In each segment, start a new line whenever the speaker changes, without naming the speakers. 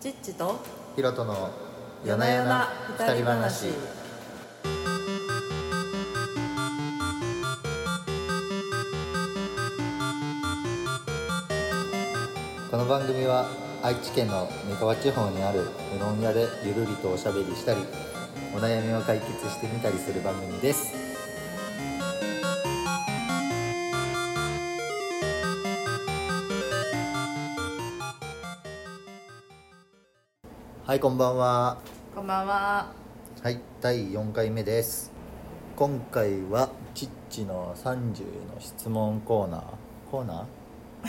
チッチと
ヒロトの夜な夜な二人話この番組は愛知県の三河地方にあるうどん屋でゆるりとおしゃべりしたりお悩みを解決してみたりする番組ですはいこんばんは
こんばんは
はい第4回目です今回はチッチの30の質問コーナーコーナ ー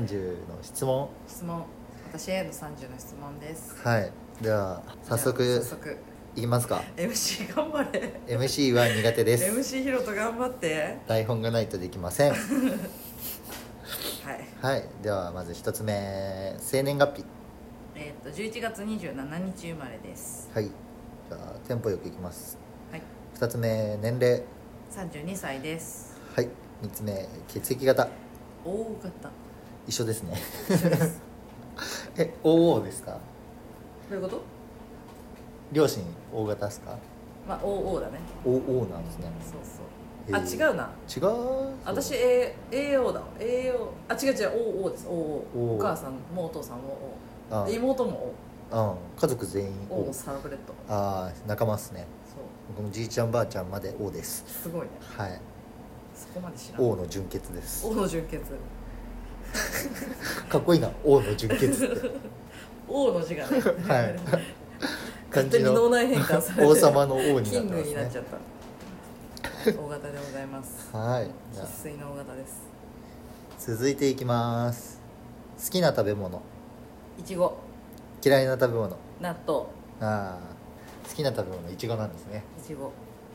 30の質問
質問私への30の質問です
はいでは早
じゃあ
速
早速
いきますか
MC 頑張れ
MC は苦手です
MC ヒロト頑張って
台本がないとできません
はい
はいではまず1つ目生年月日
えーっと11月27日生まれです
はいじゃあテンポよくいきます
はい
2つ目年齢
32歳です
はい3つ目血液型
大型
一緒ですね
一緒です
え OO です
ど
か
ういうこと
両親 O 型ですか
まあ OO だね
OO なんですね
そうそう
へ
あ
ー
違うな
違う
私 A- AO だわ AO あ違う違う OO です OO
お
お母さんもお父さんも
あ
OO で妹も
うん家族全員
O
O
O サラブレッド
ああ仲間っすね
そう
僕もじいちゃんばあちゃんまで O です
すごいね
はい
そこまで知らん
O の純血です
O の純血
かっこいいな O の純血 って
O の字 がね
はい
勝手に脳内変換されて
王様の O になって
キン
ま
グになっ
す
ちゃ
ね
った大型でございます
はいじ
生
ゃあ
粋の大型です
続いていきます好きな食べ物
いちご
嫌いな食べ物
納豆
あー好きな食べ物いちごなんですね
いちご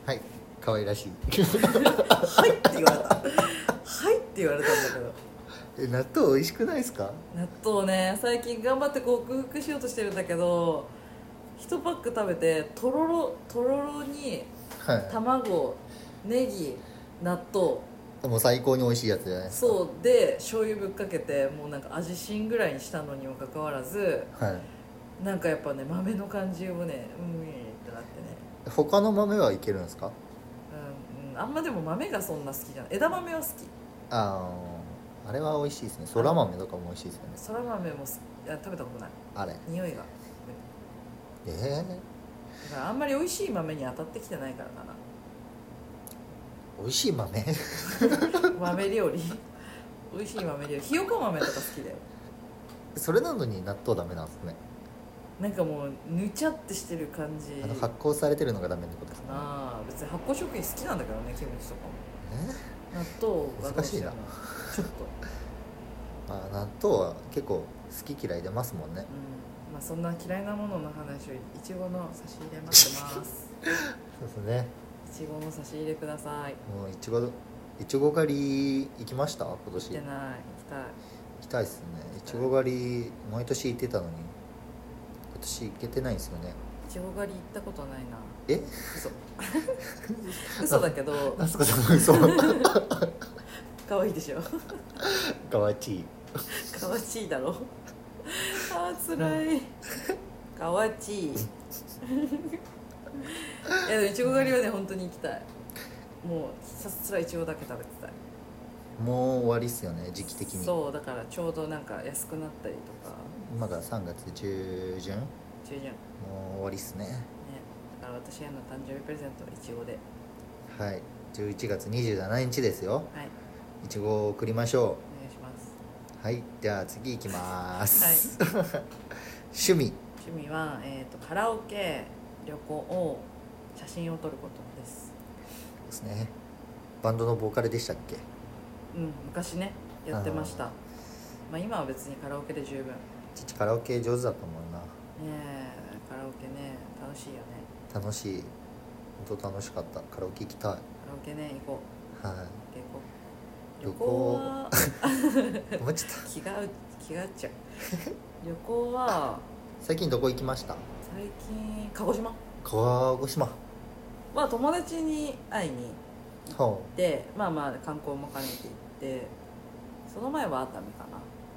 はい可愛らしい
はいって言われたはいって言われたんだけど
え納豆美味しくないですか
納豆ね最近頑張って克服しようとしてるんだけど1パック食べてとろろとろろに
は
卵ネギ納豆
いもう最高に美味しいやつじゃないですか
そうで醤油ぶっかけてもうなんか味しんぐらいにしたのにもかかわらず
はい
なんかやっぱね豆の感じをねうんいいってなってね
他の豆はいけるんですか
うん、うん、あんまでも豆がそんな好きじゃない枝豆は好き
あーあれは美味しいですねそら豆とかも美味しいですよね
そら豆も好きあ食べたことない
あれ
匂いが
え
だからあんまり美味しい豆に当たってきてないからかな
ー、美味しい豆
豆料理美味しい豆料理ひよこ豆とか好きだよ
それなのに納豆ダメなんですね
なんかもうぬちゃってしてる感じ
あの発酵されてるのがダメってことですね
あー別に発酵食品好きなんだけどねキムチとかも
え
納豆がどうしても
難
ちょっと、
あ納豆は結構好き嫌い出ますもんね
うんまあ、そんな嫌いなものの話をいちごの差し入れ待ってます
そうですね
いちごの差し入れください
もういちごいちご狩り行きました今
行
年
って
行
ない行きたい
きたいですねいちご狩り毎年行ってたのに今年行けてないんですよね
いちご狩り行ったことないな
え
嘘嘘だけど
あすかさ ん嘘
可愛いでしょ
かわちい
かわちいだろあーつらいか わちいいやでもいちご狩りはね本当に行きたいもうひたすらいちごだけ食べてたい
もう終わりっすよね時期的に
そうだからちょうどなんか安くなったりとか
今が3月中旬も
中旬ね
う終わりっすね
だから私への誕生日プレゼントはいちごで
はい11月27日ですよ
はい
いちごを送りましょ
お願いします
うはいじゃあ次行きます、趣味
趣味は、えー、とカラオケ旅行写真を撮ることです
ですねバンドのボーカルでしたっけ
うん昔ねやってましたまあ今は別にカラオケで十分ね
父カラオケ上手だったもんな
えカラオケね楽しいよね
楽しい本当楽しかったカラオケ行き
カ
たい
ラオケね行こう
は
行こう旅
旅行
行は
いもうち ょっと
気が合う気が合っちゃう旅行は
最近どこ行きました
最近鹿児島
川越島
は友達に会いに
ほ
行ってまあまあ観光も兼ねて行ってその前は熱海か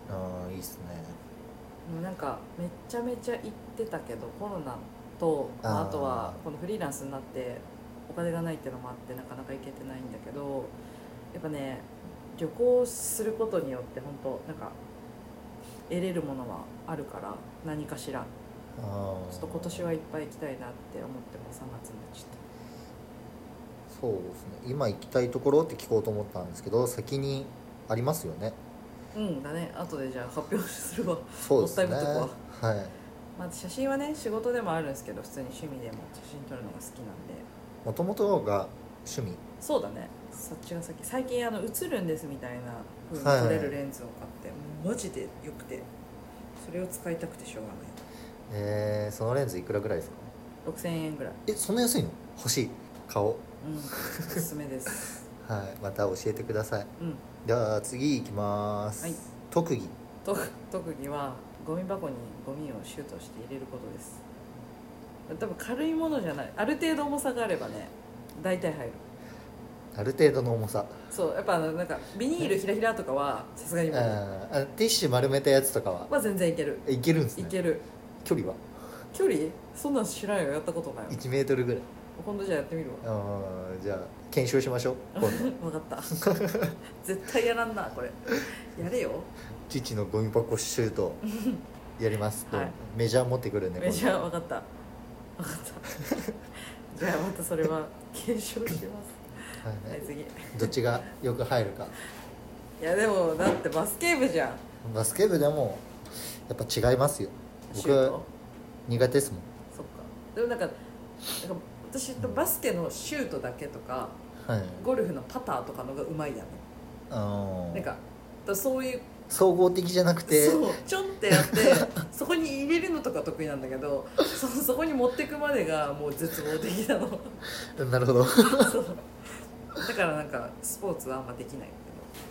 な
ううんいいっすね
なんかめちゃめちゃ行ってたけどコロナとまあ
あ
あ
ー
とはこのフリーランスになってお金がないっていうのもあってなかなか行けてないんだけどやっぱね旅行することによって本当なんか得れるものはあるから何かしら
あー
ちょっと今年はいっぱい行きたいなって思っても3月になっちゃっ
そうですね今行きたいところって聞こうと思ったんですけど先にありますよね
たうんだね後でじゃあ発表するわ
そうですね
もったいぶっと
はい
まあ、写真はね仕事でもあるんですけど普通に趣味でも写真撮るのが好きなんで
もともとが趣味
そうだねそっちが先最近あの映るんですみたいな風
はい
に撮れるレンズを買って、もうマジでよくてそれを使いたくてしょうがな
えー、そのレンズいくらぐらいですか
い6000円ぐらい、
えそんな安いの欲しい顔
うん、おすすめです
はいまた教えてください
うん
では次行きます、
はい
特技
と特技はゴミ箱にゴミをシュートして入れることです多分軽いものじゃないある程度重さがあればね大体入る
ある程度の重さ
そうやっぱあのなんかビニールひらひらとかはさすがに無理
あーあティッシュ丸めたやつとかは
まあ全然いける
えいけるんです
い
ね
ける
距離は
距離そんなん知らんよやったことないわ
1メートルぐらい
今度じゃあやって みるわ
あーじゃあ検証しましょう今度
分かった 絶対やらんなこれやれよ
父のゴミ箱シュートやります、
はい
メジャー持ってくるね
メジャー分かった分かった じゃあまたそれは検証します
今度は
はいい次い
どっちがよく入るか
やでもだってバスケ部じゃん
バスケ部でもやっぱ違いますよ
シ
僕
ュート
苦手ですもん
そっかでもなんかなんか私とバスケのシュートだけとか
はい
ゴルフのパターとかのがうまいやん
あー
なんかだからそういう
総合的じゃなくて
そうちょんってやって そこに入れるのとか得意なんだけどそそこに持ってくまでがもう絶望的なの
なるほど
そうだからなんかスポーツはあんまできない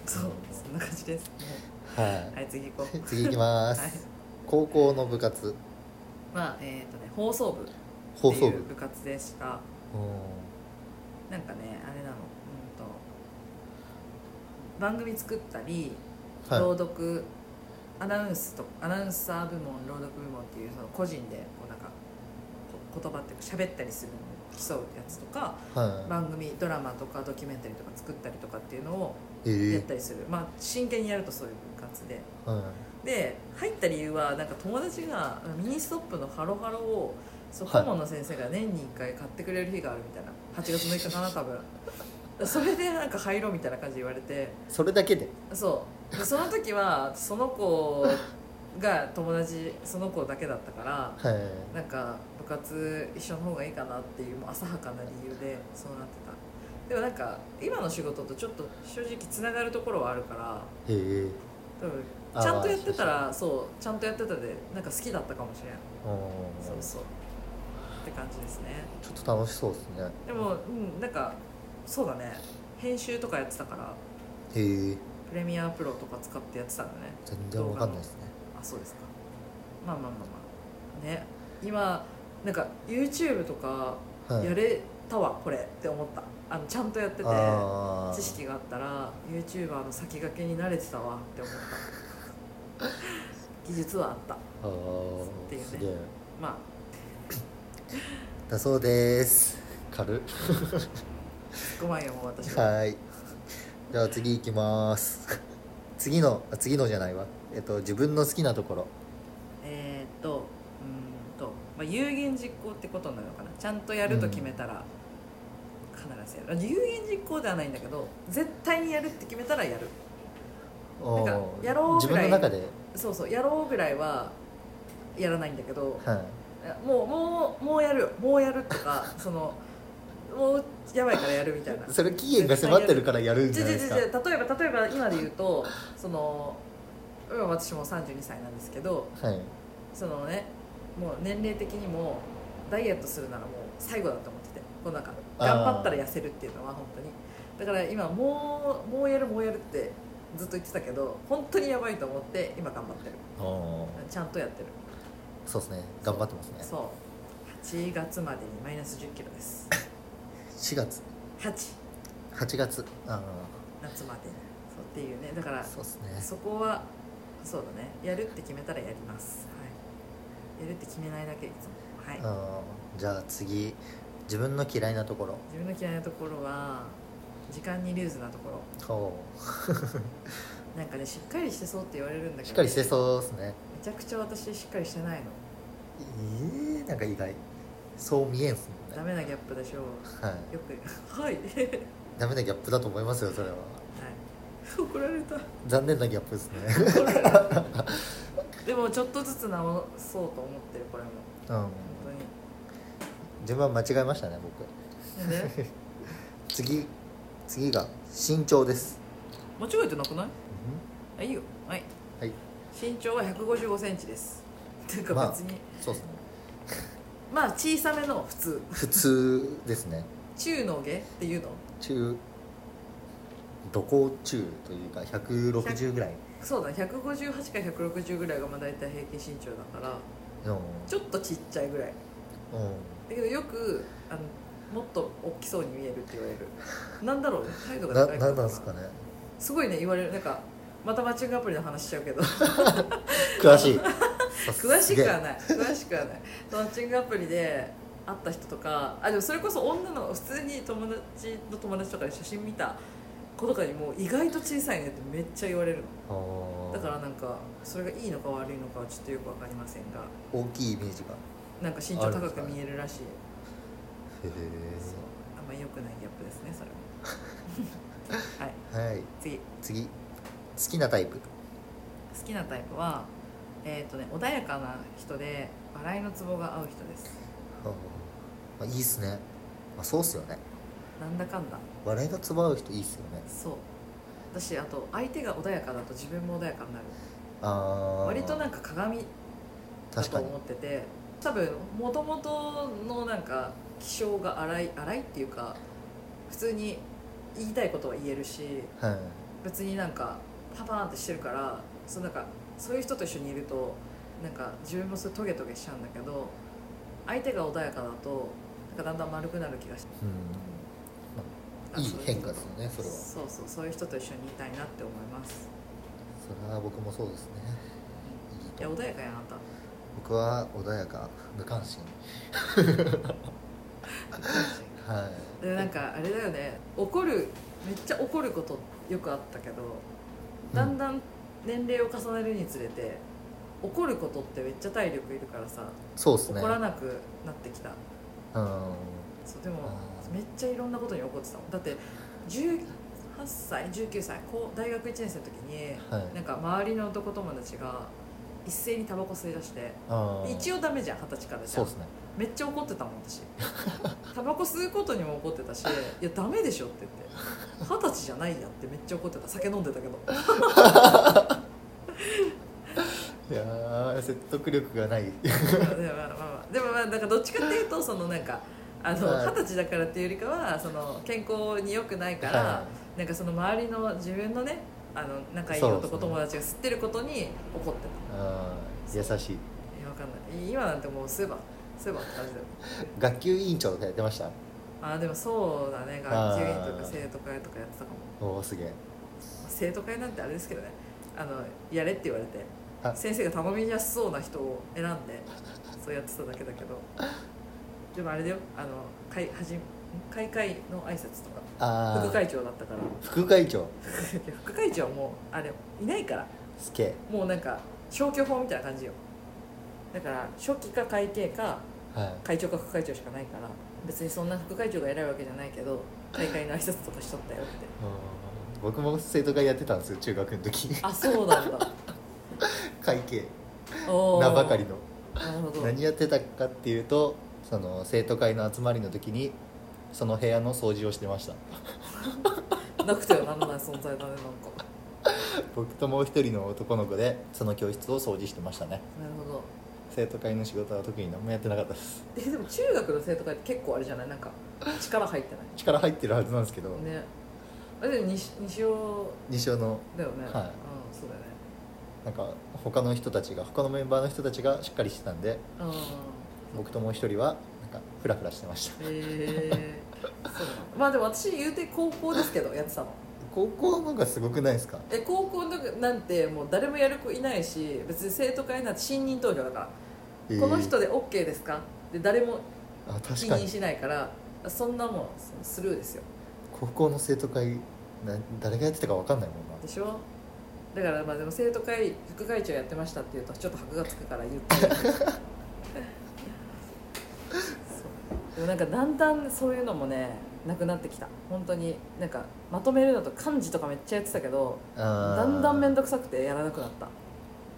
けどそうそんな感じです
は
はい次行こ
い
う
次行きます、
はい
高校の部活
まあえっ、とね放送部っ
放
て
送
い
部
う部活でした
う
なんかねあれなのうんと番組作ったり
んは
朗読アナウンスとアナウンサー部門朗読部門っていうその個人でこうなんかこ言葉っていうか喋ったりするのを競うやつとか
いは
番組ドラマとかドキュメンタリーとか作ったりとかっていうのを
い
や
え
ったりする、まあ真剣にやるとそういう部活で
えは
で入った理由はなんか友達がミニストップのハロハロをそう顧問の先生が年に1回買ってくれる日があるみたいな8月6日かな多 分それでなんか入ろうみたいな感じで言われて
いそれだけで
そうでその時はその子が友達その子だけだったから
はい
なんか部活一緒の方がいいかなっていうもう浅はかな理由でそうなってたでもなんか今の仕事とちょっと正直つながるところはあるから
へえ
多分
あー
ちゃんとやってたらそうちゃんとやってたでなんか好きだったかもしれん
うん
そうそうって感じですね
ちょっと楽しそうですね
でもうんなんかそうだね編集とかやってたから
へえ
プレミアプロとか使ってやってたんだね
全然わかんないですね
あそうですかまあまあまあまあね今なんか YouTube とか
はい
やれたわ、これって思ったあのちゃんとやってて
あー
知識があったら YouTuber の先駆けに慣れてたわって思った 技術はあった
あ
っていう
ー
ね
すげえ
まあ
だそうです軽っ
ごまんよもう私は
はいじゃあ次行きます次のあ次のじゃないわえっと自分の好きなところ
えー、っとうーんと、まあ、有言実行ってことになるのかなちゃんとやると決めたら必ずやる、有言実行ではないんだけど絶対にやるって決めたらやる
おー
なんかやろう
自
ぐ
分
らい
の中で
そうそうやろうぐらいはやらないんだけど
はい
もうもうもうやるもうやると かそのもうやばいからやるみたいな
それ期限が迫ってるからやるんじ
じ
ゃ
ゃ
ない
じ
で
ゃ
す
じ
か
ゃ例えば例えば今で言うとその今私も32歳なんですけど
はい
そのねもう年齢的にもダイエットするならもう最後だと思っててこうなんか
あー
頑張ったら痩せるっていうのは本当にだから今もうもうやるもうやるってずっと言ってたけど本当にやばいと思って今頑張ってる
おー
ちゃんとやってる
そうですね頑張ってますね
そう8月までにマイナス1 0キロです
4月
8
8月あ
夏までにそうっていうねだから
あそうですね
そこはそうだねやるって決めたらやります、はい、やるって決めないだけいつもはい、
あーじゃあ次自分の嫌いなところ
自分の嫌いなところは時間にルーズなところ
お
なんかねしっかりしてそうって言われるんだけど
しっかりして
う
そうですね
めちゃくちゃ私しっかりしてないの
えー、なんか意外そう見えんすもん
ダメ
ね
なギャップでしょ
はい、
よく はいはい
ダメなギャップだと思いますよそれは
怒られた
残念なギャップですね
でもちょっとずつ直そうと思ってるこれも
うん
本当に
順番間違えましたね僕
なんで
次次が身長です、
間違えてなくないあいいよはい
はい
身長は1 5 5ンチですていう
ま
か
あ
別に、
そうですね
まあ、小さめの普通
普通ですね
中の下っていうの
中どこ中というか160ぐらい
そうだ158か160ぐらいがまあ大体平均身長だから
の
ちょっとちっちゃいぐらいだけどよくあのもっと大きそうに見えるって言われるなんだろうね態度
うん
が
な
高い
なんなんですかね
すごいね言われるなんかまたマッチングアプリの話しちゃうけど
詳しい
詳し
すげ
くは
え
ない詳しくはないマッチングアプリで会った人とかあでもそれこそ女の普通に友達の友達とかで写真見た子とかにも意外と小さいねってめっちゃ言われる
あー
のだからなんかそれがいいのか悪いのかはちょっとよく分かりませんが
大きいイメージが
なんか身長高く見えるらしい
へ
あんまり良くないギャップですねそれ ははい
えはい
次
次好きなタイプ
好きなタイプはえっ、とね穏やかな人で笑いのツボが合う人です
あー、まあ、いいっすね、まあ、そうっすよね
なんだかんだ
笑いがつばう人いいっすよね
そう私あと相手が穏やかだと自分も穏やかになる
ああ
割となんか鏡だ
確
と
かに
思ってて多分もともとのなんか気性が荒い荒いっていうか普通に言いたいことは言えるし
はい
別になんかパパーンってしてるからそのなんかそういう人と一緒にいるとなんか自分もそれトゲトゲしちゃうんだけど相手が穏やかだとなんかだんだん丸くなる気がして
うん
あ
いい
そうう
変化ですよねそれは
そうそうそういう人と一緒にいたいなって思います
それは僕もそうですねいい
い
と
や
思う
穏やかやなあんた
僕は穏やか無関心は
でなんかあれだよね怒るめっちゃ怒ることよくあったけどだんだん年齢を重ねるにつれて怒ることってめっちゃ体力いるからさ
いそうですね
怒らなくなってきた
うん
そうでも
あー
めっちゃいろんなことに怒ってたもんだって18歳19歳こう大学1年生の時に
はい
なんか周りの男友達が一斉にタバコ吸い出して
あー
一応ダメじゃん二十歳からじゃ
そうんですね
めっちゃ怒ってたもん私 タバコ吸うことにも怒ってたし「いやダメでしょ」って言って「二十歳じゃないや」ってめっちゃ怒ってた酒飲んでたけど
いやー説得力がない
でもまあまあまあでもまあなんかどっちかっていうとそのなんかあの
はい
二十歳だからっていうよりかはその健康に良くないから、
は
なんかその周りの自分のねあの仲いい
そうです
男
ね
友達が吸ってることに怒ってた
あー優しい
いやわかんない今なんてもう吸えば吸えばって感じだよ
学級委員長とかやってました
あーでもそうだね
あ
学級委員
ー
とか生徒会とかやってたかも
おおすげえ
生徒会なんてあれですけどねあのやれって言われて
あ
先生が頼みやすそうな人を選ん でそうやってただけだけどでもあれだよあの会はじん開会の挨拶とか
ああ
副会長だったから
副会長
副会長はもうあれいないから
すげえ
もうなんか消去法みたいな感じよだから初期か会計か
はい
会長か副会長しかないから別にそんな副会長が偉いわけじゃないけど大会の挨拶とかしとったよって
うん僕も生徒会やってたんですよ中学の時
あそうなん だ
会計
おー
名ばかりの
なるほど
何やってたかっていうとその生徒会の集まりの時にその部屋の掃除をしてました
なくてはならない存在だねなんか
僕ともう一人の男の子でその教室を掃除してましたね
なるほど
生徒会の仕事は特に何もやってなかったです
えでも中学の生徒会って結構あれじゃないなんか力入ってな
力入ってるはずなんですけど、
いねあでも西西尾
西尾の
だよね、
は
う
い
んそうだよね
なんか他の人たちが他のメンバーの人たちがしっかりしてたんで
うん
僕ともう一人はなんかフラフラしてました
へえそうなんだまあでも私言うて高校ですけどやってたの
高校のがすごくないですか
え高校のなんてもう誰もやる子いないし別に生徒会なんて信任投票だから、
えー
この人で OK ですかで誰も
あ確
否
か
認
に
しないからそんなもんスルーですよ
高校の生徒会な誰がやってたか分かんないもんな
でしょだからまあでも生徒会副会長やってましたっていうとちょっと箔がつくから言ってるそうでもなんかだんだんそういうのもねなくなってきた本当になんかまとめるのと漢字とかめっちゃやってたけど
あー
だんだん面倒くさくてやらなくなった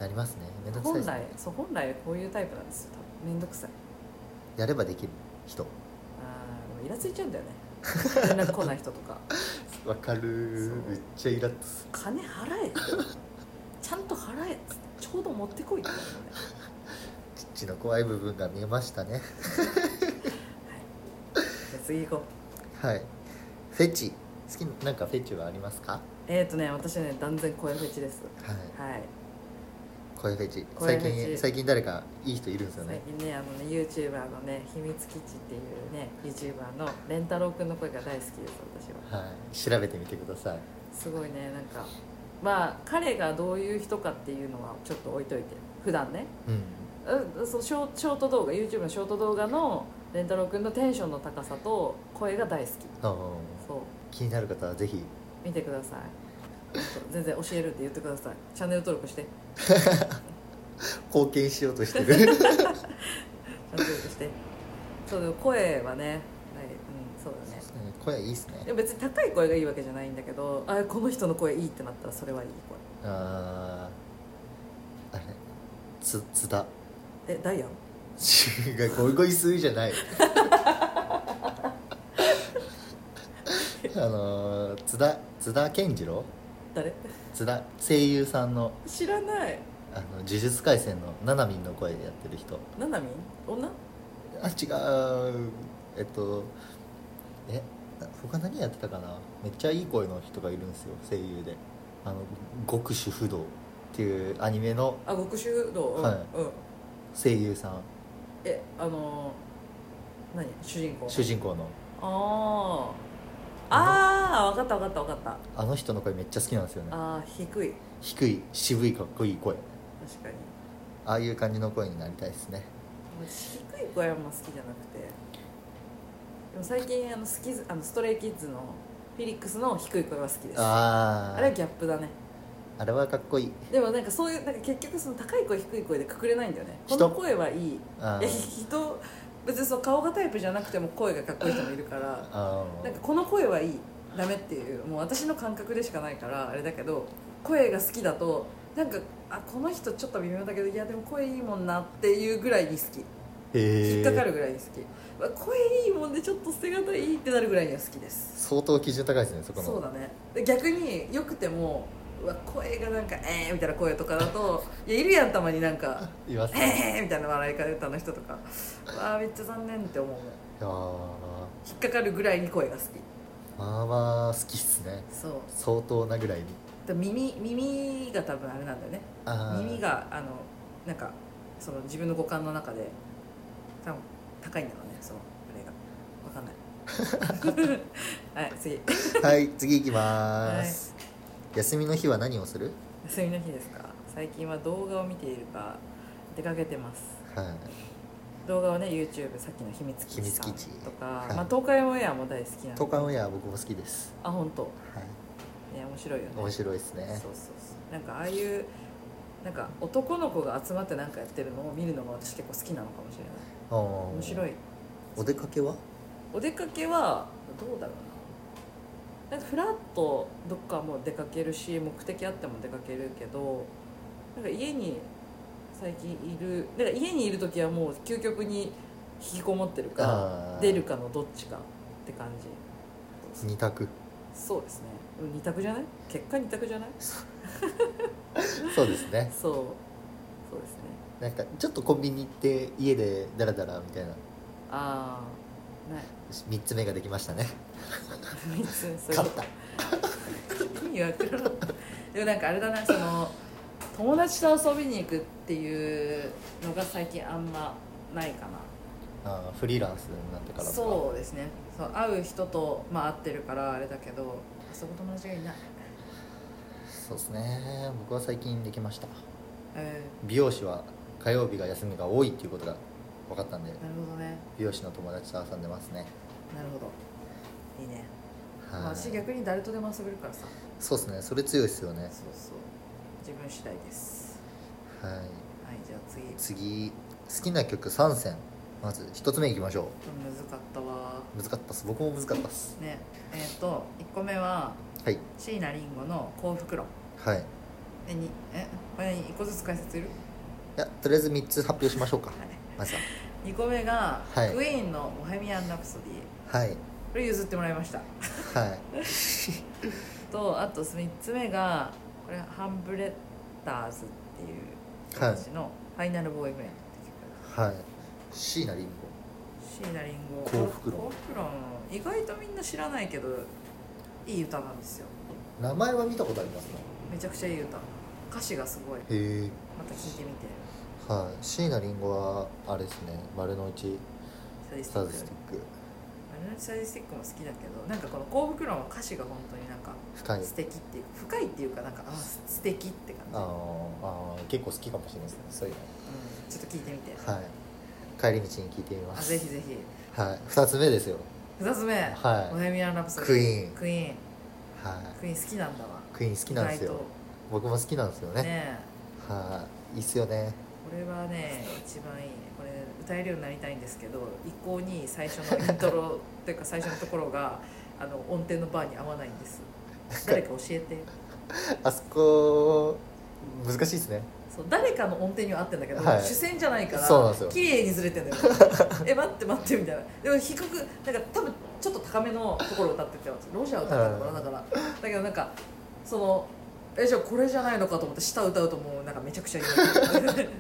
なりますね面倒くさい
本
ですね
来そう本来こういうタイプなんですよ多分面倒くさい
やればできる人
あーもうイラついちゃうんだ よね連絡来ない人とか
わかる
そう
めっちゃイラッとす
金払えちゃんと払えっつってちょうど持ってこいって言うのね
るチッチの怖い部分が見えましたね
じゃあ次行こう
はいフェチ好きなんかフェチはありますか
えっ、ー、とね私はね断然声フェチです
はい
はい
声フェチ
声
最
フェチ
近最近誰かいい人いるんですよ
最
ね
近ねあのね YouTuber のね秘密基地っていうね YouTuber のレンタロウくんの声が大好きです私は
はい調べてみてください
すごいねなんかまあ彼がどういう人かっていうのはちょっと置いといて普段ね
うん
うそうショーショート動画 YouTube のショート動画のレンタロウくんのテンションの高さと声が大好き
あー
そう
気になる方はぜひ
見てくださいほんと全然教えるって言ってくださいチャンネル登録してチ
貢献しようとし てる
ャンネル登録してそうでも声はね、はい、うん、そうだね
声いいっすね
でも別に高い声がいいわけじゃないんだけどあこの人の声いいってなったらそれはいい
あーあれつ津田
声えダイアン
違うゴイゴイスーじゃない あのー津田津田健次郎
誰
津田声優さんの
知らない
あの呪術廻戦のななみんの声でやってる人
ななみん女
あ違うえっとえ他何やってたかなめっちゃいい声の人がいるんですよ声優であの極主不動っていうアニメの
あ極主道うん、
はい
うん
声優さん
えあのー、何主人公
主人公の
あーあー分かった分かった分かった
あの人の声めっちゃ好きなんですよね
あー低い
低い渋いかっこいい声
確かに
ああいう感じの声になりたいですね
私低い声はあんま好きじゃなくてでも最近あのスキズあのストレイキッズのフィリックスの低い声は好きですあ
ああ
れはギャップだね
あれはかっこいい
でもなんかそういうなんか結局その高い声低い声でくくれないんだよねこ
人
の声はいいい
あ
や人別にその顔がタイプじゃなくても声がかっこいい人もいるから
あ
なんかこの声はいいダメっていうもう私の感覚でしかないからあれだけど声が好きだとなんかあこの人ちょっと微妙だけどいやでも声いいもんなっていうぐらいに好き
へ
引
え
っかかるぐらいに好き、わ声いいもんでちょっと捨てがたいってなるぐらいには好きです
相当基準高いですねそこの
そうだねで逆によくてもうわ声がなんか「えー」みたいな声とかだといやいるやんたまになんか
いま
「
すね
えー」みたいな笑い方の人とかわあめっちゃ残念って思うもん
いやー
引っかかるぐらいに声が好き
まあまあ好きっすね
そう
相当なぐらいに
で耳耳が多分あれなんだよね
あー
耳があのなんかその自分の五感の中で多分高いんだろうねそのあれがわかんないはい 次
はい次行きます、休みの日は何をする
休みの日ですか最近は動画を見ているか出かけてます
はい
動画はね YouTube さっきの秘密基地さん
秘密基地
とか、
はい
まあ、東海オンエアも大好きなんで
東海オンエア僕も好きです
あ本当
はい
ね面白いよね
面白いですね
そうそうそうなんかああいうなんか男の子が集まってなんかやってるのを見るのが私結構好きなのかもしれない
面
面白い
お出かけは
お出かけはどうだろうななんかフラッとどっかもう出かけるし目的あっても出かけるけどなんか家に最近いるだから家にいる時はもう究極に引きこもってる
あ
か
ー
出るかのどっちかって感じ
二択
そうですねでも二択じゃない結果二択じゃない
そうですね
そうそうですね
なんかちょっとコンビニ行って家でダラダラみたいな
ああ ない
3つ目ができましたね
三つそれ
勝った
意味わからんでもなんかあれだなその友達と遊びに行くっていうのが最近あんまないかな
あーフリーランスになってからとか
そうですねそう会う人と、まあ、会ってるからあれだけどあそこ友達がいない
そうですね僕は最近できました
え
美容師は火曜日が休みが多いっていうことが分かったんで
ー、なるほどね
美容師の友達と遊んでますね
なるほどいいね、まあ
はい
私逆に誰とでも遊べるからさ
そうですねそれ強いですよね
そうそう自分次第です
はい
はいじゃあ次
次好きな曲3選まず1つ目いきましょ
難かったわ
う難かったっす僕も難かったっす
ねえっ、と1個目は
はい
椎名林檎の幸福論
はいい
えにえこれ1個ずつ解説いる
やとりあえず3つ発表しましょうかまずは
2個目が、
はい
クイーンの「ボヘミアン・ラプソディ
はい」
これ譲ってもらいました
はい
とあと3つ目がこれハンブレッダーズっていう
はい
私の「ファイナルボーイフレンド」って曲
はい椎名林
椎名林檎
幸福論
幸福論意外とみんな知らないけどいい歌なんですよ
檎名前は見たことありますね
めちゃくちゃいい歌歌詞がすごい
へえ
また聴いてみて
はい椎名林檎はあれですね丸の内
サディス
ス
テ
タ
ィ
ー
ッ
ズス
ク
ティック
あれのサディスティックも好きだけどなんかこの幸福論は歌詞が本当になんか
深い
素敵っていう深いっていうかなんかあす素敵って
あ
感じ、
のあー結構好きかもしれないですねそういう
うん、ちょっと聞いてみて
のはい帰り道に聞いてみま
あ
す
ぜひぜひ
はい2つ目ですよ
2つ目、
はい
ボヘミアン・ラプソディ
クイーン
クイーン
は
クイーン好きなんだわ
いクイーン好きなんです
意
よ
外
僕も好きなんですよ
と
ね
ねえ
はいいいっすよね
これはね一番いいねこれ歌えるようになりたいんですけど一向に最初のイントロ というか最初のところがあの音程のバーに合わないんです誰か教えて
あそこ難しいですね
そう誰かの音程には合ってんだけど、
はい
主戦じゃないから
そうなんですよ
綺麗にずれ てんだよえ待って待ってみたいなでも低くなんか多分ちょっと高めのところを歌っててロジャー歌ってたのかなだからだけどなんかそのえじゃあこれじゃないのかと思って下歌うともうなんかめちゃくちゃいい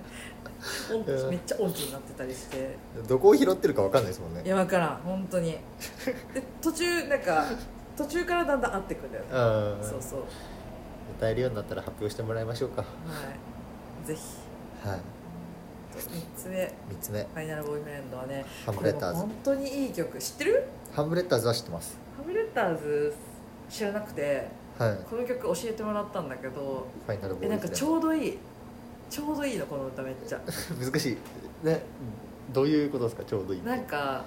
音めっちゃ音痴になってたりして
どこを拾ってるか分かんないですもんね
いや分からん本当にで途中なんか途中からだんだん合ってくんだよね
うん
そうそうは
歌えるようになったら発表してもらいましょうか
いぜひ
はい
3つ目
3つ目
ファイナルボーイフレンドはね
ハム
こ
レ
れも
ッターズ
本当にいい曲知ってる
ハムレッターズは知ってます
ハムレッターズ知らなくて
はい
この曲教えてもらったんだけど
ファイナルボ
え
ー
なん
イ
か
ズで
ちょうどいいちょうどいいのこの歌めっちゃ
難しいねどういうことですかちょうどいい
なんか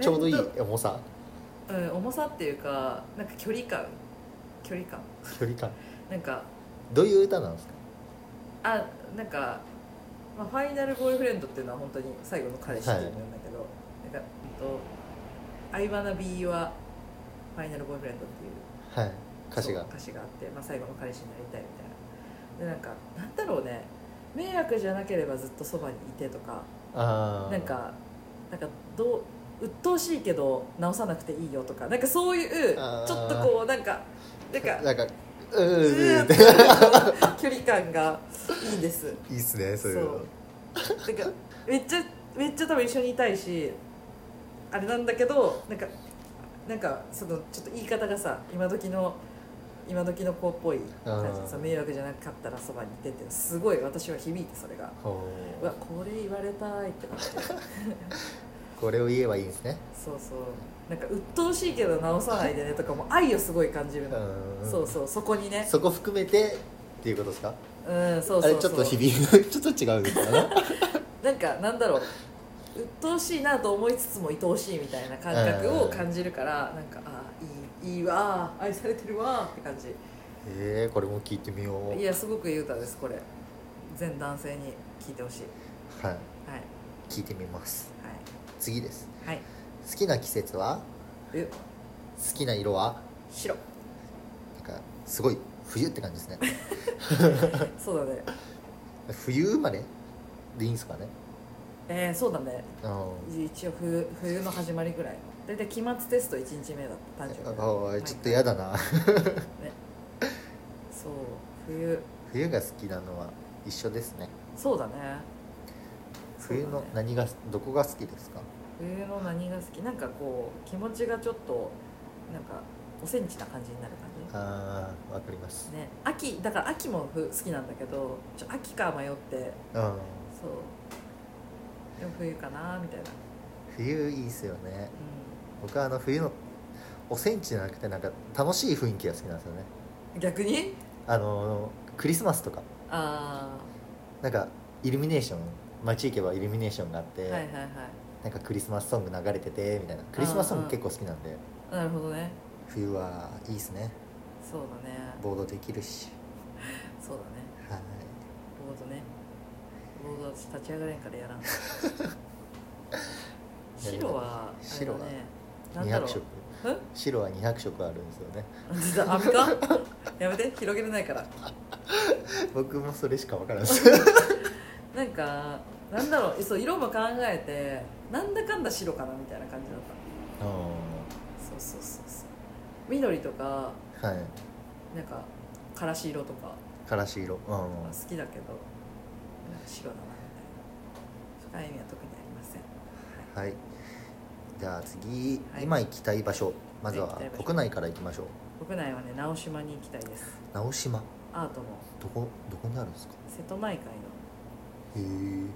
ちょうどいい
面倒
重さ
うん、重さっていうかなんか距離感距離感
距離感
なんか
どういう歌なんですか
あなんか、まあ、ファイナルボーイフレンドっていうのは本当に最後の彼氏っていう意味なんだけど、なんか「I wanna be your ファイナルボーイフレンド」っていう
はい歌詞が
そう歌詞があって、まあ、最後の彼氏になりたいみたいなでなんかなんだろうね迷惑じゃなければずっとそばにいてとか
あー
なんかなんかどう鬱陶しいけど直さなくていいよとかなんかそういうちょ
あー
っとこうなんか なんか
なんかう
うー
ーん
ん
っ
って
て
距離感がいいんです
いいっすねそういうの
なんかめっちゃめっちゃ多分一緒にいたいしあれなんだけどなんかなんかそのちょっと言い方がさ今時の今時の子っぽい感じ
う
で
ん
さ迷惑じゃなかったらそばにいてってすごい私は響いてそれが
ほ
うわこれ言われたいってなって
うこれを言えばいいんですね
そうそうなんか鬱陶しいけど直さないでねとかも愛をすごい感じるの
うん
そうそうそこにね
そこ含めてっていうことですか
うんそうそうそう
あれちょっと響く ちょっと違うんです かね
なんかなんだろう鬱陶しいなと思いつつも愛おしいみたいな感覚を感じるから、なんかああいいいいわー愛されてるわーって感じ
えー、これも聞いてみよう
いやすごくいい歌ですこれ全男性に聴いてほしい
はい
はい
聞いてみます
は
次です
いはい
好きな季節は
え
好きな色は
白
なんかすごい冬って感じですね
そうだね
冬生まれでいいんですかね
えー、そうだね
うん
一応冬冬の始まりぐらい大体期末テスト1日目だった誕生日
おいちょっと嫌だな
そう冬
冬が好きなのは一緒ですね
そうだね
冬
そうだ
の
ね
何がどこが好きですか
冬の何が好きなんかこう気持ちがちょっとなんかおセンチな感じになる感じ
ああわかります
ね秋だから秋もふ好きなんだけどちょ秋か迷って
うん
そうでも冬かなみたいな
冬いいっすよね
う
僕はあの冬のおセンチじゃなくてなんか楽しい雰囲気が好きなんですよね
逆に
あのクリスマスとか
あ
なんかイルミネーション街行けばイルミネーションがあって、
あ、はいはいはい
なんかクリスマスソング流れててみたいなクリスマスソング結構好きなんで
なるほどね
冬はいいですね
そうだね
ボードできるし
そうだね
はい
ボードねボード私立ち上がれんからやら ん白はあれ
白
だ
は
ねなんだろ
200
う
色白は200色あるんですよね
実はアメか やめて広げれないから
僕もそれしか分からんです
なんかなんだろうそう色も考えてなんだかんだ白かなみたいな感じだった
う
そうそうそうそう緑とか
んはい
なんかからし色とか
からし色うん
好きだけどなんか白だなみたいな深い意味は特にありません
はいじゃあ次、
はい
今行きたい場所まず
行き
は
たい場所
国内から行きましょう
国内はね直島に行きたいです
直島
アートも
どこどこにあるんですか
瀬戸内海の
へえ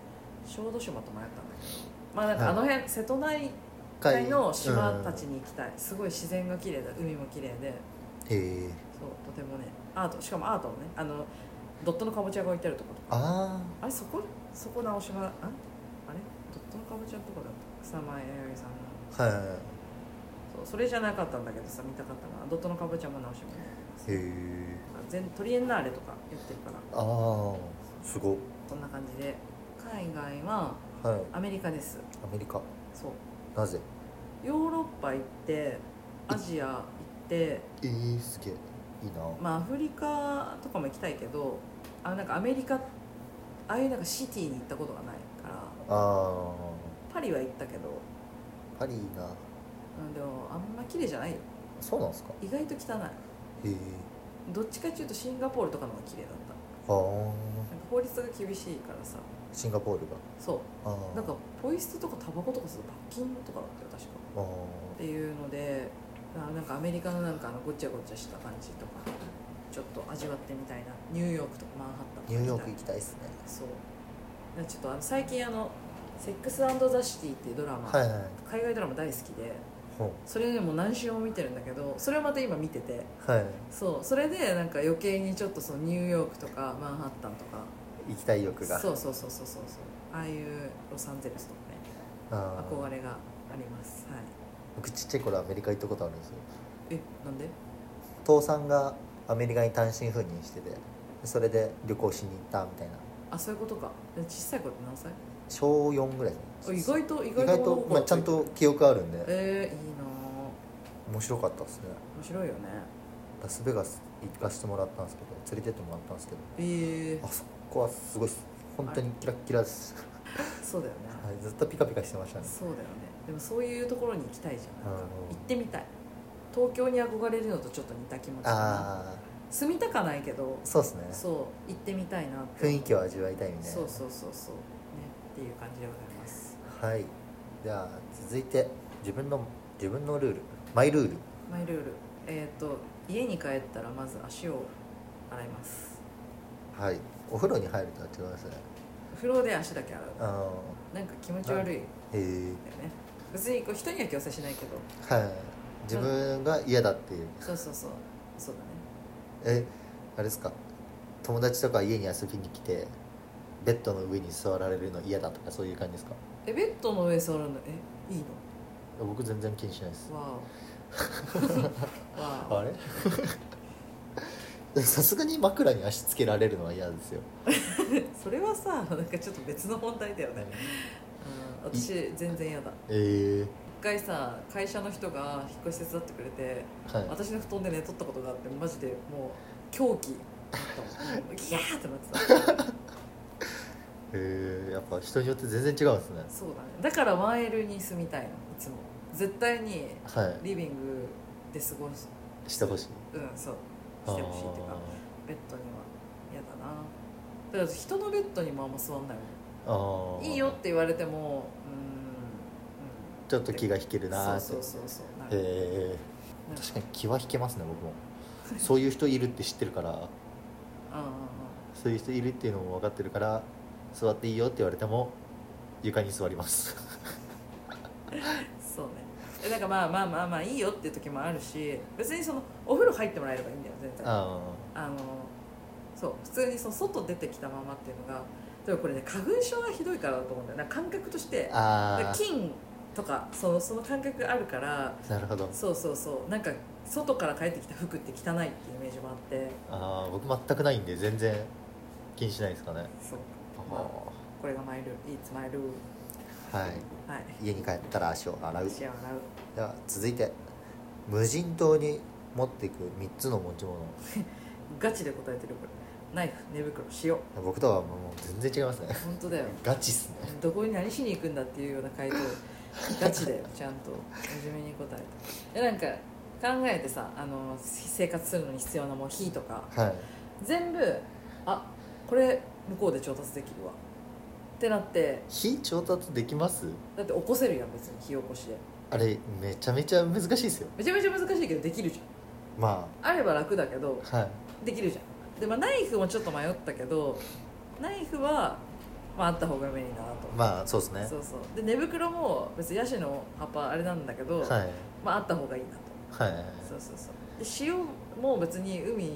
小豆島と迷ったんだけどまあなんかあの辺、瀬戸内海
海
の島たちに行きたい、すごい自然が綺麗だ海も綺麗で
うんへえ
そうとてもねアートしかもアートをねあのドットのかぼちゃが置いてあるとことか
あ
あれそこそこ直島ああれドットのかぼちゃのとこだった草間彌生さんの
あは
そうそれじゃなかったんだけどさ見たかったなドットのかぼちゃも直島に
いへえ
全トリエンナーレとかやってるから
ああすごっ
こんな感じで海外は
はい
アメリカです
アメリカ
そう
なぜ
ヨーロッパ行ってアジア行って
えー、すげえいいな
まあアフリカとかも行きたいけどあなんかアメリカああいうなんかシティに行ったことがないから
あ
パリは行ったけど
ーパリいいな
うんでもあんま綺麗じゃないよ
そうなんですか
意外と汚
へえ
いどっちかっていうとシンガポールとかの方が綺麗だった
あー
なんか法律が厳しいからさ
シンガポールが
そう
あー
なんかポイ捨てとかタバコとかすると罰金とかだったよ確か
あー
っていうのであなんかアメリカのなんかあのごちゃごちゃした感じとかちょっと味わってみたいなニューヨークとかマンハッタンとか
ニューヨーク
みた
行
い
きたいっすね
なそうなんかちょっとあの最近あの「セックスザ・シティ」っていうドラマ、
はいはい
海外ドラマ大好きで
ほ
それでもう何週も見てるんだけどそれをまた今見てて
うはい
そうそれでなんか余計にちょっとそのニューヨークとかマンハッタンとか
行きたい欲が
そうそうそうそうそうそうああいうロサンゼルスとかね
あー
憧れがありますはい
僕ちっちゃい頃アメリカ行ったことあるんですよ
えなんで
父さんがアメリカに単身赴任しててそれで旅行しに行ったみたいな
あそういうことかで小さい子って何歳
小4ぐらい
あ意外と意
意外と、まあ、ちゃんと記憶あるんで
えー、いいなあ
面白かったっすね
面白いよね
ラスベガス行かせてもらったんですけど連れてってもらったんですけど
え
あそこはすごいっす本当にキラッキラです、
ー、そうだよね
はい、ずっとピカピカしてましたね
そうだよねでもそういうところに行きたいじゃんなんか
う
行
ん
ってみたい東京に憧れるのとちょっと似た気持ちかな
ああ
住みたかないけど
そうですね
そう行ってみたいなって
雰囲気を味わいたいみたいな
そうそうそうそうねっていう感じでございます
はいじゃあ続いて自分の自分のルールマイルール
マイルールえっ、と家に帰ったらまず足を洗います
はいお風呂に入るとは違いますね
お風呂で足だけ洗
あ
うなんか気持ち悪いんだよね
ーへえ
別にこう人には強制しないけど
はい自分が嫌だっていう
そうそうそうそうだね
えあれですか友達とか家に遊びに来てベッドの上に座られるの嫌だとかそういう感じですか
えベッドの上座るのえいい
僕全然気にしないです
のわ おわお
あれさすがに枕に足つけられるのは嫌ですよ、
それはさ なんかちょっと別の問題だよね、うん、私全然嫌だ
え
一回さ会社の人が引っ越し手伝ってくれて
えはい
私の布団で寝とったことがあってマジでもう狂気だったもんギャーってなってた
えー、やっぱ人によって全然違うんですね
そうだねだから 1L に住みたいのいつも絶対に
は
リビングで過ごす
いしてほしい
うんそうしてほしいっていうかベッドには嫌だなだから人のベッドにもあんま座んないもん
あーあー
いいよって言われても
ちょっと気が引け
うー
る
ん、う
なーっ
ん、
て
そうそうそうそうなんか
え
なん
ー、
か
確かに気は引けますね僕 もそういう人いるって知ってるから
うんうん
そういう人いるっていうのも分かってるから座っていいよって言われても床に座ります
うんそうねえなんかまあまあまあまあいいよっていう時もあるし別にそのお風呂入ってもらえればいいんだよ全然あ
あ
のそう普通にその外出てきたままっていうのがでもこれね花粉症がひどいからだと思うんだよなんか感覚として
ああ
菌とかそのその感覚があるから
なるほど
そうそうそうなんか外から帰ってきた服って汚いっていうイメージもあって
ああ僕全くないんで全然気にしないですかね
そう
は
これがマイルール It's my rule
あはい
はい
家に帰ったら足を洗う
足を洗う
では続いて無人島に持っていく3つの持ち物
ガチで答えてるこれナイフ寝袋塩
僕とはもう全然違います ね
本当だよ
ガチっすね
どこに何しに行くんだっていうような回答ガチでちゃんと真面目に答えてえなんか考えてさあの生活するのに必要なもう火とか
はい
全部あこれ向こうで調達できるわってなって
火調達できます
だって起こせるやん別に火起こしで
あれめちゃめちゃ難しいですよ
めちゃめちゃ難しいけどできるじ
ま
ゃんあれば楽だけど
あはい
できるじゃんで、まあ、ナイフもちょっと迷ったけどナイフは、まあ、あった方が便利だなと、
まあそうですね
そうそうで寝袋も別にヤシの葉っぱあれなんだけど、
はい
まああった方がいいなと
はいはい
そうそうそうで塩も別に海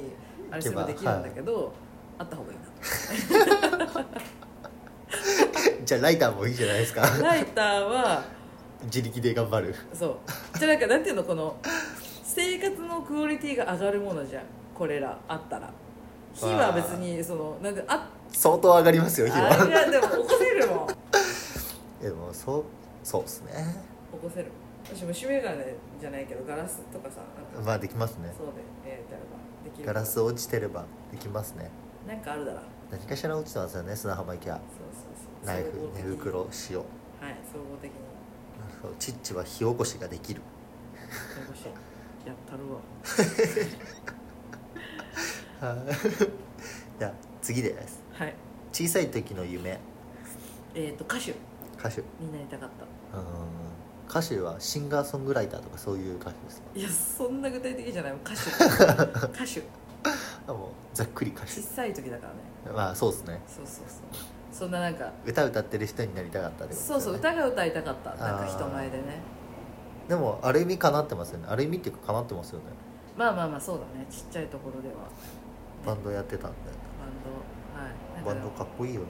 あれすればできるんだけど、あった方がいいなと
じゃあライターもいいじゃないですか
ライターは
自力で頑張る
そうじゃあなんかなんていうのこの生活のクオリティが上がるものじゃんこれらあったら火は別にそのなんかあ
相当上がりますよ火
あ
は
れはでも起こせるもん起
でもそうそうですね
こせる私虫眼鏡じゃないけどガラスとかさなんか
まあできますね
そうでえーやればできる
ガラス落ちてればできますね
なんかあるだらそう
何かしら落ちてますよね砂浜行きゃ
そうそう
ナイフ
総合的
寝
に
袋塩
はい総合的に
そうチッチは火起こしができる
やったるわ
じゃあ次です
はい
小さい時の夢
えっ、と歌手
歌手う
になりたかった
ーん歌手はシンガーソングライターとかそういう歌手です
いやそんな具体的じゃないもう歌 手歌手
かもうざっくり歌
小さい時だからね
手まあそうですね
そうそうそうそんななんか
歌歌ってる人になりたかったってことです
そ
よ
う
ね
そう歌が歌いたかったなんか人前でね
でもある意味かなってますよねある意味っていうかかなってますよね
まあまあまあそうだねちっちゃいところでは
バンドやってたんで
バンドはい
バ
なん
ンド
か
かっこいいよ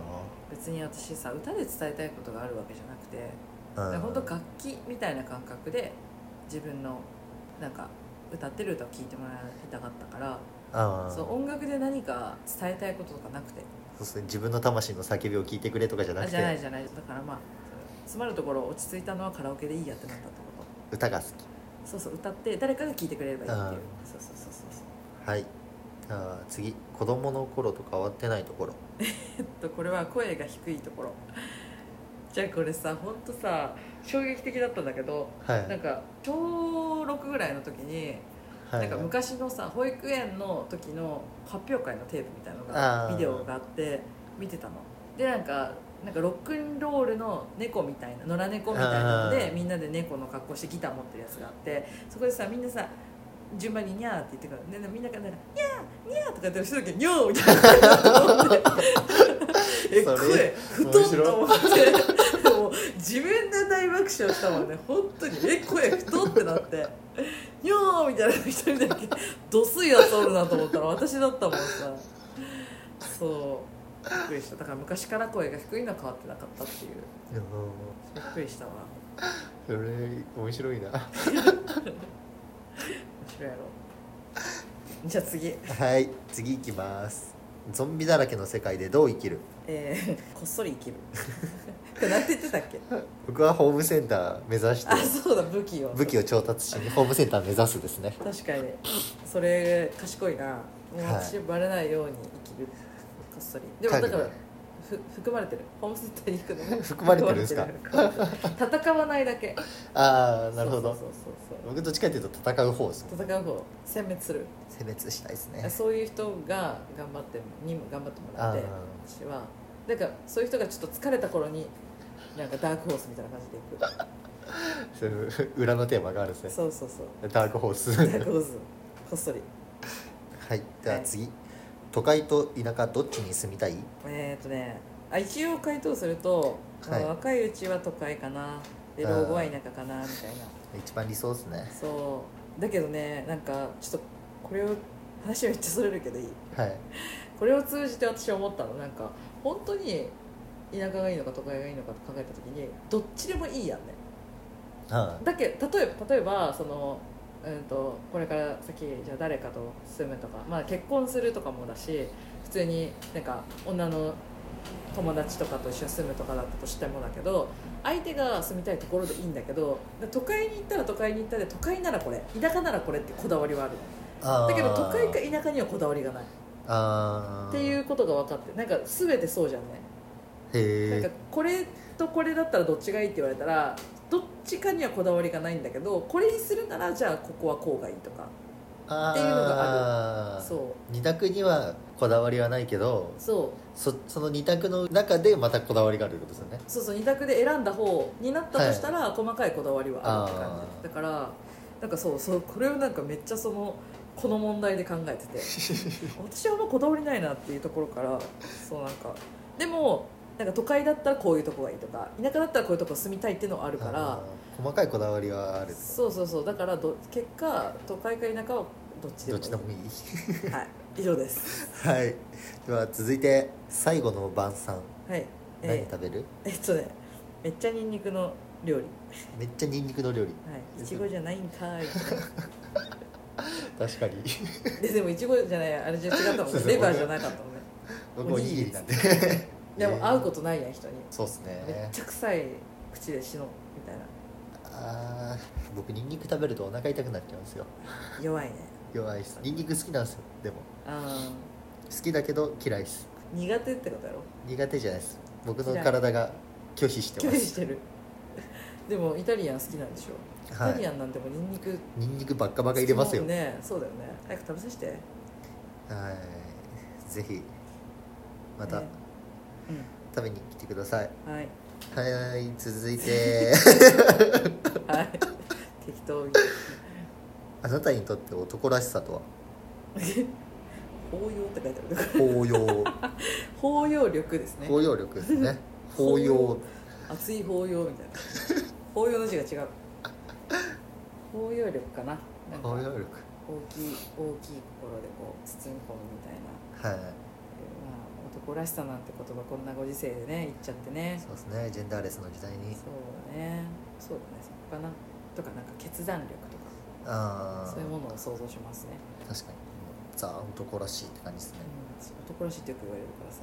別に私さ歌で伝えたいことがあるわけじゃなくて
なうん
本当楽器みたいな感覚で自分のなんか歌ってる歌を聴いてもらいたかったから
あー
そう音楽で何か伝えたいこととかなくて
そうですね自分の魂の叫びを聞いてくれとかじゃな
あ
く
じゃない
て
じゃないだからまあ詰まるところ落ち着いたのはカラオケでいいやってなったってこ
歌が好き
とそうそう歌って誰かが聴いてくれればいいっていう
あ
そうそうそうそうそう
はいじゃあ次子供の頃と変わってないところ
えっとこれは声が低いところ じゃあこれさほんとさ衝撃的だったんだけど
はい
なんか小6ぐらいの時に
はい
なんか昔のさ保育園の時の発表会のテープみたいの
あ
が
ー
ビデオがあって見てたのでなんかなんかロックンロールの猫みたいな野良猫みたいなの
あ
で
ー
みんなで猫の格好してギター持ってるやつがあってそこでさみんなさ順番に「ニャー」って言ってくるでみんながなんか「ニャーニャー」とか言ってる人だけ「ニョー」みたい な
そ
え
れ
声太っと思ってもう自分で大爆笑したもんね本当にえ声太ってなって「ニョー」みたいな一人だけどすいやつおるなと思ったら私だったもんさそうびっくりしただから昔から声が低いのは変わってなかったっていう
うん
びっくりしたわ
それ面白いな
面白いやろじゃあ次
はい次いきますゾンビだらけの世界でどう生きる
えー、こっそり生きる これなんて言ってたっけ
僕はホームセンター目指して
あそうだ武器を
武器を調達しにホームセンター目指すですね
確かにそれ賢いなもう
はい
私バレないように生きる、こっそりでも
影
だ
ね
からふ含まれてるホームセンターに行くのも
含まれてるんですか
含まれてる戦わないだけ
ああなるほど
そうそうそうそう
僕どっちかっていうと戦う方ですね
戦う方殲滅する
殲滅したいですね
そういう人が頑張ってにも頑張ってもらって
あ
私はなんかそういう人がちょっと疲れた頃になんかダークホースみたいな感じで行く
そういう裏のテーマがあるんですね
そうそうそう
ダークホース
ダークホースこっそり
はいでは次都会と田舎どっちに住みたい
えー、っとねあ一応回答すると、
はい
若いうちは都会かなで
あー
老後は田舎かなみたいな
一番理想ですね
そうだけどねなんかちょっとこれを話めっちゃそれるけどいい
はい
これを通じて私思ったのなんか本当に田舎がいいのか都会がいいのかと考えた時にどっちでもいいやんね
は
だけ例えば例えばその、うん、とこれから先じゃあ誰かと住むとか、まあ、結婚するとかもだし普通になんか女の友達とかと一緒に住むとかだったとしてもだけど相手が住みたいところでいいんだけどだ都会に行ったら都会に行ったで都会ならこれ田舎ならこれってこだわりはある
いあー
だけど都会か田舎にはこだわりがない
あー
っていうことが分かってなんか全てそうじゃんねなん
へ
か
え
これとこれだったらどっちがいいって言われたらどっちかにはこだわりがないんだけどこれにするならじゃあここはこうがいいとかっていうのが
あー
そ
二択にはこだわりはないけど
うそう
そその二択の中でまたこだわりがあるってことですよね
そうそう二択で選んだ方になったとしたら、細かいこだわりはあるって感
あー
じだからなんかそうそうこれをなんかめっちゃそのこの問題で考えて て私はあんまこだわりないなっていうところからそうなんかでもなんか都会だったらこういうとこがいいとか田舎だったらこういうとこ住みたいっていうのはあるか
あ
ら。
ー細かいこだわりはある
そうそうそうだからど結果都会か田舎はどっちで
ど
もい
っ
い
ちでもいい
はい以上です
はいでは続いて最後の晩餐
はい
何
えー
食べる、
えっとねめっちゃニンニクの料理
めっちゃニンニクの料理
はいいちごじゃないんかーい
確かに
ででもいちごじゃないあれじゃ違ったもん
そう
ね
そう
レバーじゃなかったもんね
僕おにぎりなんで
でも会うこととないやん人に
そうっす
め
ね
っちゃ臭い口で死のうみたいな
あー僕ニンニク食べるとお腹痛くなっちゃうんですよ
弱いね
弱いっすニンニク好きなんですよでも
あ
好きだけど嫌いっす
ー苦手ってことやろ
苦手じゃないです僕の体が拒否して
拒
ま
否し
す
てるでもイタリアン好きなんでしょイタリ
は
アンなんてもうニンニク
いニンニクばっかばか入れますよ、
好きだもんねそうだよね早く食べさせて
はいぜひまた
ね
食べに来てください
うんはい
はい続 いて
はい 適当に
あなたにとって男らしさとは
包容って書いてある
包容
包容力ですね
包容力です ね包容
熱い包容み たいな包容の字が違う包容力かななんか
包
大き
容
い大
力
きい心でこう包み込むみたいな、
は
まあ、男らしさなんて言葉こんなご時世でね言っちゃって
い
ね
そうですねジェンダーレスの時代に
そうだねそうだねそこかなとかなんか決断力とか
ああ
そういうものを想像しますね、
確かにザ男らしいって感じですね
うん、男らしいってよく言われるからさ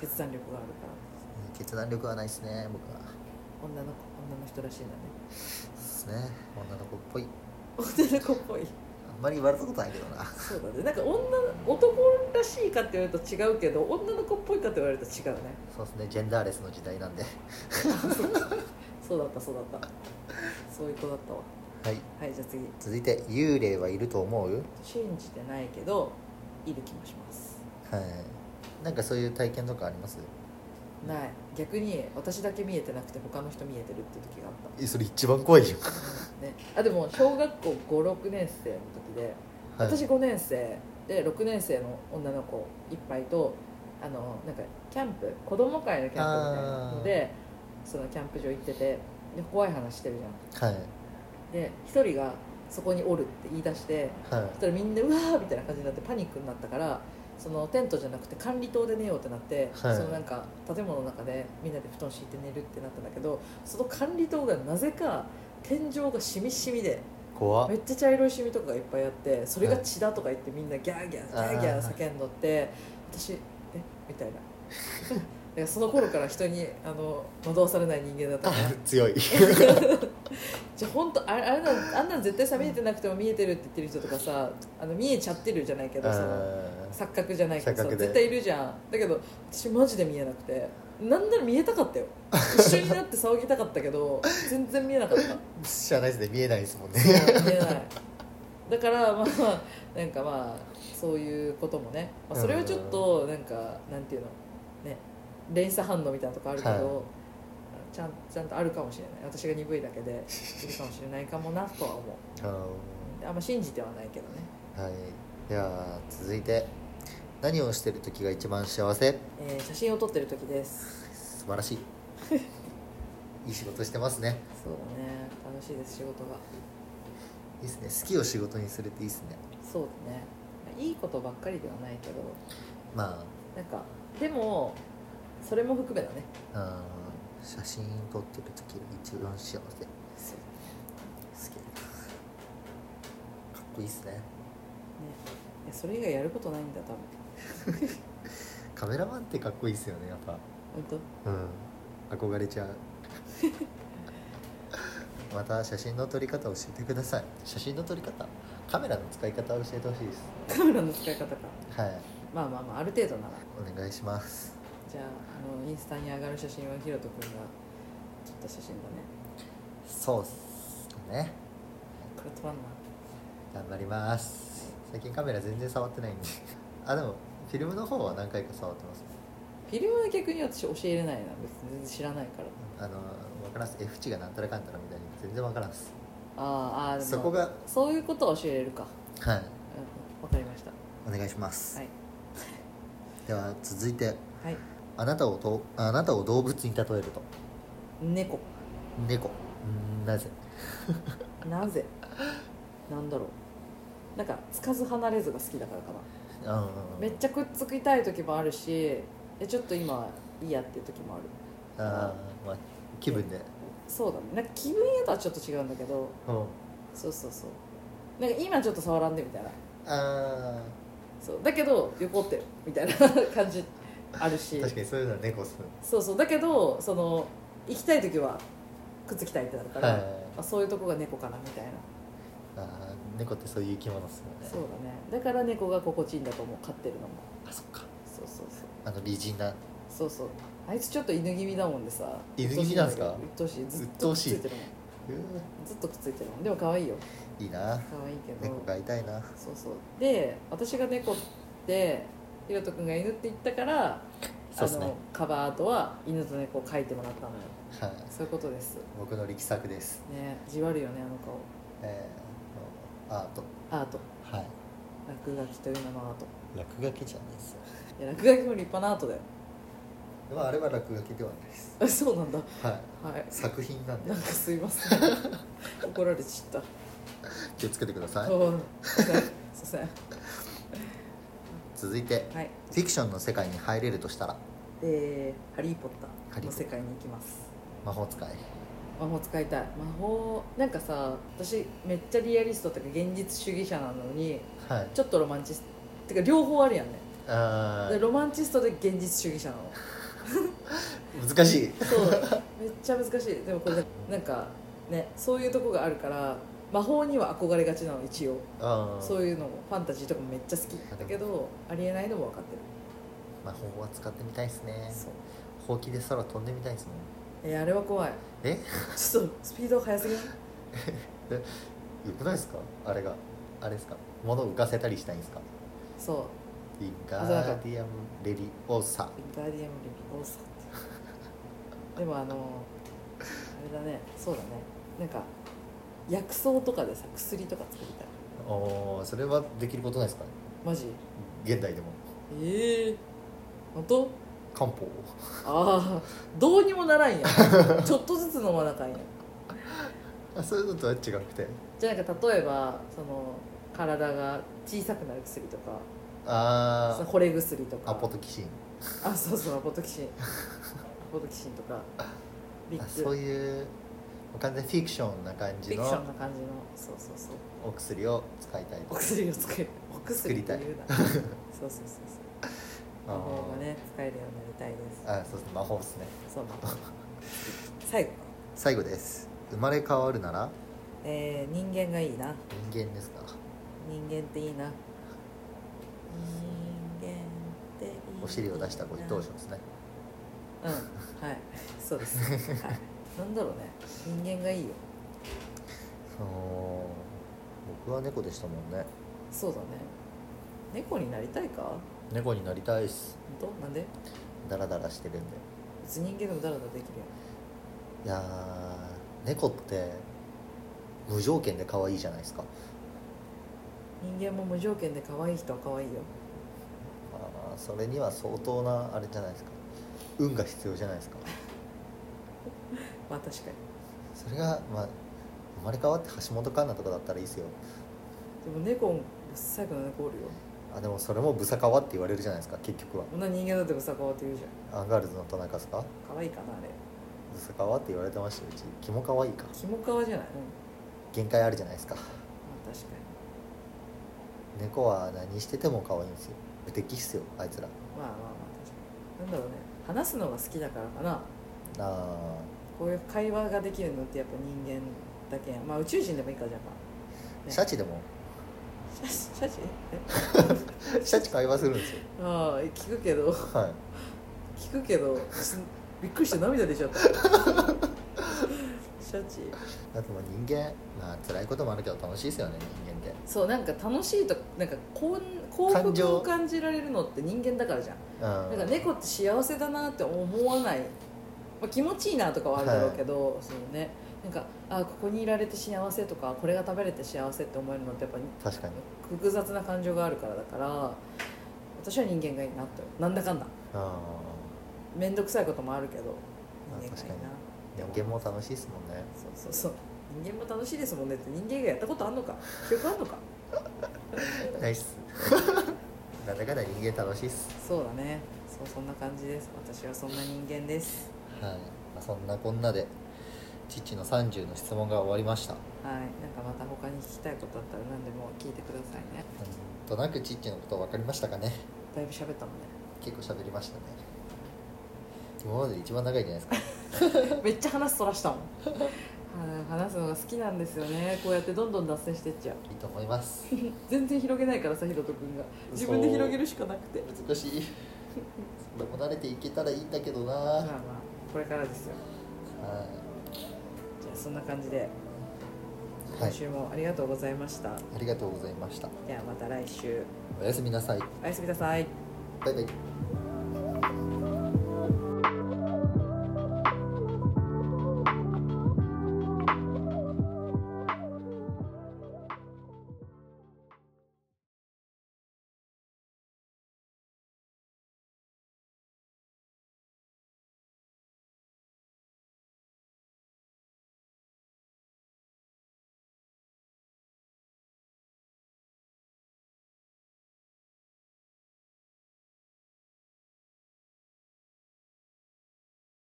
決断力があるから
うん決断力はないですね僕は
女の子女の人らしいんだね
そうですね女の子っぽい
女の子っぽい
あんまり言われたことないけどな
そうだねなんか女男らしいかって言われると違うけど女の子っぽいかって言われると違う ね
そうですねジェンダーレスの時代なんで
そうだったそうだったそういう子だったわ
はい
はいじゃあ次
続いて幽霊はいると思う
信じてないけどいる気もします
はいなんかそういう体験とかあります
ない逆に私だけ見えてなくて他の人見えてるっていう時があっ
えそれ一番怖いじゃん、
た、ね、あでも小学校56年生の時で
はい、
私5年生で6年生の女の子いっぱいとあのなんかキャンプ子供会のキャンプみたいなのでそのキャンプ場行っててで怖い話してるじゃん
はい
で1人がそこにおるって言い出して
はい
そしたらみんなうわーみたいな感じになってパニックになったからそのテントじゃなくて管理棟で寝ようってなって、
はい
そのなんか建物の中でみんなで布団敷いて寝るってなったんだけどその管理棟がなぜか天井がしみしみで
怖
め
っ
っちゃ茶色いシミとかがいっぱいあってそれが血だとか言ってみんなギャーギャーギャーギャー叫んどって私えみ たいなだからその頃から人にあの惑わされない人間だったから
強い
じゃあ本当あれあれなんあんなん絶対さ見えてなくても見えてるって言ってる人とかさあの見えちゃってるじゃないけどその錯覚じゃないけど
錯
さ
覚で
絶対いるじゃんだけど私マジで見えなくてなんなら見えたかったよ一緒になって騒ぎたかったけど全然見えなかった
知らないですね見えないですもん
そう
ね
見えないだからまあまあなんかまあそういうこともね、まあ、それはちょっとなんかなんていうのね連鎖反応みたいなとこあるけど、
は
ちゃんちゃんとあるかもしれない私が鈍いだけでいるかもしれないかもなとは思う
あの
あんま信じてはないけどね
はいでは続いて何をしてる時が一番幸せ
えー写真を撮ってる時です
素晴らしい いい仕事してますね
そうだね楽しいです仕事が
いいですね好きを仕事にするっていいですね
そうだねいいことばっかりではないけど
ま
なんかでもそれも含めだね
あうん写真撮ってる時が一番幸せ好
そう
きかっこいいですね
ねいやそれ以外やることないんだ多分
カメラマンってかっこいいですよねやっぱ
本
うん憧れちゃう また写真の撮り方教えてください写真の撮り方カメラの使い方を教えてほしいです
当カメラの使い方か
はい
まあまあまあある程度なら
お願いします
じゃああのインスタに上がる写真はひろと君が撮った写真だね
そうっすね
これ撮らんな
頑張ります最近カメラ全然触ってないんで あでもフィルムの方は何回か触ってます
フィルムは逆に私教えれないな別に全然知らないから
あの分からんっす F 値がなんたらかんたらみたいに全然分からんっす
あーあーでも
そこが
そういうことを教えれるか
はい
うんわかりました
お願いします、
はい
では続いて
はい
あなたをとあなたを動物に例えると
猫
猫うーんなぜ
なぜなんだろうなんかつかず離れずが好きだからかな
うん
めっちゃくっつきたい時もあるしえちょっと今いいやっていう時もある
ゃあー、まあ、気分で
そうだねなんか気分屋とはちょっと違うんだけど
うん
そうそうそうなんか今ちょっと触らんでみたいな
あ
そうだけど横ってみたいな 感じあるし
ー確かにそういうのは猫っすね
そうそうだけどその行きたい時はくっつきたいってなるから、
はい
あそういうとこが猫かなみたいな
あー猫ってそういう生き物っすもんね
そうだねだから猫が心地いいんだと思う飼ってるのも
あそっか
そうそうそう
あの美人な
そうそうあいつちょっと犬気味だもんでさ
犬気味なんすか
うっとうしいずっ
うっ
と
とう
くっつ
しい
いてるもんずっとくっついてるもんでも可愛いよ
いいな
可愛いけど
猫飼いたいな
そうそうで私が猫ってひろと君が犬って言ったから
そうっすね
あのカバーアートは犬と猫を描いてもらったのよ
はい
そういうことです
僕の力作です
ねじわるよねあの顔
えー、アート
アート
はい
落書きという名のアート
落書きじゃないですよ
いや落書きも立派なアートだよ
まああれは落書きではないです
あそうなんだ
はい
はい
作品なんで
なんかすいません怒られちゃっ
気をつけてくだ
た、
さい
おい、すいませんすいま
続いて
せんはい
フィクションの世界に入れるとしたら
えーハリー・ポッタ
ハ
ー」
リー
の
ポッター
世界に行きます
魔法使い
魔法使いたい魔法なんかさ私めっちゃリアリストとか現実主義者なのに
はい
ちょっとロマンチストてか両方あるやんね、
あ
で
ー
ロマンチストで現実主義者なの
難しい
そうめっちゃ難しいでもこれなんかねそういうとこがあるから魔法には憧れがちなの一応
あー
そういうのもファンタジーとかもめっちゃ好きだけどありえないのも分かってる
魔法は使ってみたいですね
そう
ほうきで空飛んでみたいですもん
えーあれは怖い
え
ちょっとスピード速すぎない
よくないですかあれがあれですか物を浮かせたりしたいんですか
そ
インガーディアム・レリオーサ
うインガーディアム・リビオーサってでもあのあれだねそうだねなんか薬草とかでさ薬とか作りたい
おーそれはできることないですか
マジ
現代でも
ええ本当
漢方
ああどうにもならん やんちょっとずつ飲まなあかんやん
あそういうのとは違くて
じゃあなんか例えばその体が小さくなる薬とかそ
あ
の惚れ薬とか
あアポトキシン
あそうそうアポトキシンアポトキシンとかビ
あ
ッ
そ
グ
ういう完全にフィクションな感
フ
じ
ィクショ
の
ンな感じのそうそうそう
お薬を使いたい
お
と
薬を作るお
作
薬
り
って
たい
いうな そうそうそうそう
あ
魔法が
ー
ね使えるようになりたいで
あそうですね魔法ですね
すそうなの最後
最後です生まれ変わるなら
えー、人間がいいな
人間ですか
人間っていいな人間っていいな
お尻を出したご当主ですね
うんはいそうですはいなんだろうね人間がいいよ
お僕は猫でしたもんね
そうだね猫になりたいか本
猫になりたいっす
当なんで
ダラダラしてるんで
別に人間でもダラダラできるよ
いやー猫って無条件で可愛いじゃないですか
人間も無条件で可愛い人は可愛いよ
あそれには相当なあれじゃないですか運が必要じゃないですか
まあ確かに
それが、まあ、生まれ変わって橋本環奈とかだったらいいですよ
でも猫も最後の猫おるよ
あでもそれもブサカワって言われるじゃないですか結局は
こんな人間だってブサカワって言うじゃん
アンガールズの田中ですか
可愛いかなあれ
ブサカワって言われてましたようちキモカワいいか
キモカワじゃない、うん
限界あるじゃないですか
まあ、確かに
猫は何してても可愛いんですよ無敵っすよあいつら
まあまあまあ確かになんだろうね話すのが好きだからかな
あ
こういう会話ができるのってやっぱ人間だけやんまあ宇宙人でもいいかじゃあ
ー
ね
シャチでも
シャチシャチえ
シャチ会話するんですよ
ああ聞くけど
はい
聞くけど すびっくりして涙出ちゃった シャチ
だってもう人間まあ辛いこともあるけど楽しいですよね人間って
そうなんか楽しいとなんかこん幸
感
福
情
を感じられるのって人間だからじゃん
うん
なんか猫って幸せだなって思わない、まあ、気持ちいいなとかはあるだろうけど、そのねなんかあここにいられて幸せとかこれが食べれて幸せって思えるのってやっぱり
確かに
複雑な感情があるからだから私は人間がいいなってなんだかんだ
あ
面倒くさいこともあるけど
まあ
人間がいいな
ー人間も楽しいですもんね
そうそうそう人間も楽しいですもんねって人間がやったことあんのか記憶あんのか
ないっすなんだかんだ人間楽しいっす
そうだねそうそんな感じです私はそんな人間です
はい、まあ、そんなこんなで父の30の質問が終わりました
はいなんかまた他に聞きたいことあったら何でも聞いてくださいね
なんとなくチッチのこと分かりましたかね
だいぶ喋ったもんね
結構喋りましたね今までで一番長いじゃないですか
めっちゃ話そらしたもんはい話すのが好きなんですよねこうやってどんどん脱線してっちゃう
いいと思います
全然広げないからさひろとくんが自分で
そう
広げるしかなくて
難しいそれも慣れていけたらいいんだけどな
まあ
は
まあこれからですよじゃあそんな感じで
い、は
今
い、
週もありがとうございました、
ありがとうございました
ではまた来週
おやすみなさい
おやすみなさい
バイバイ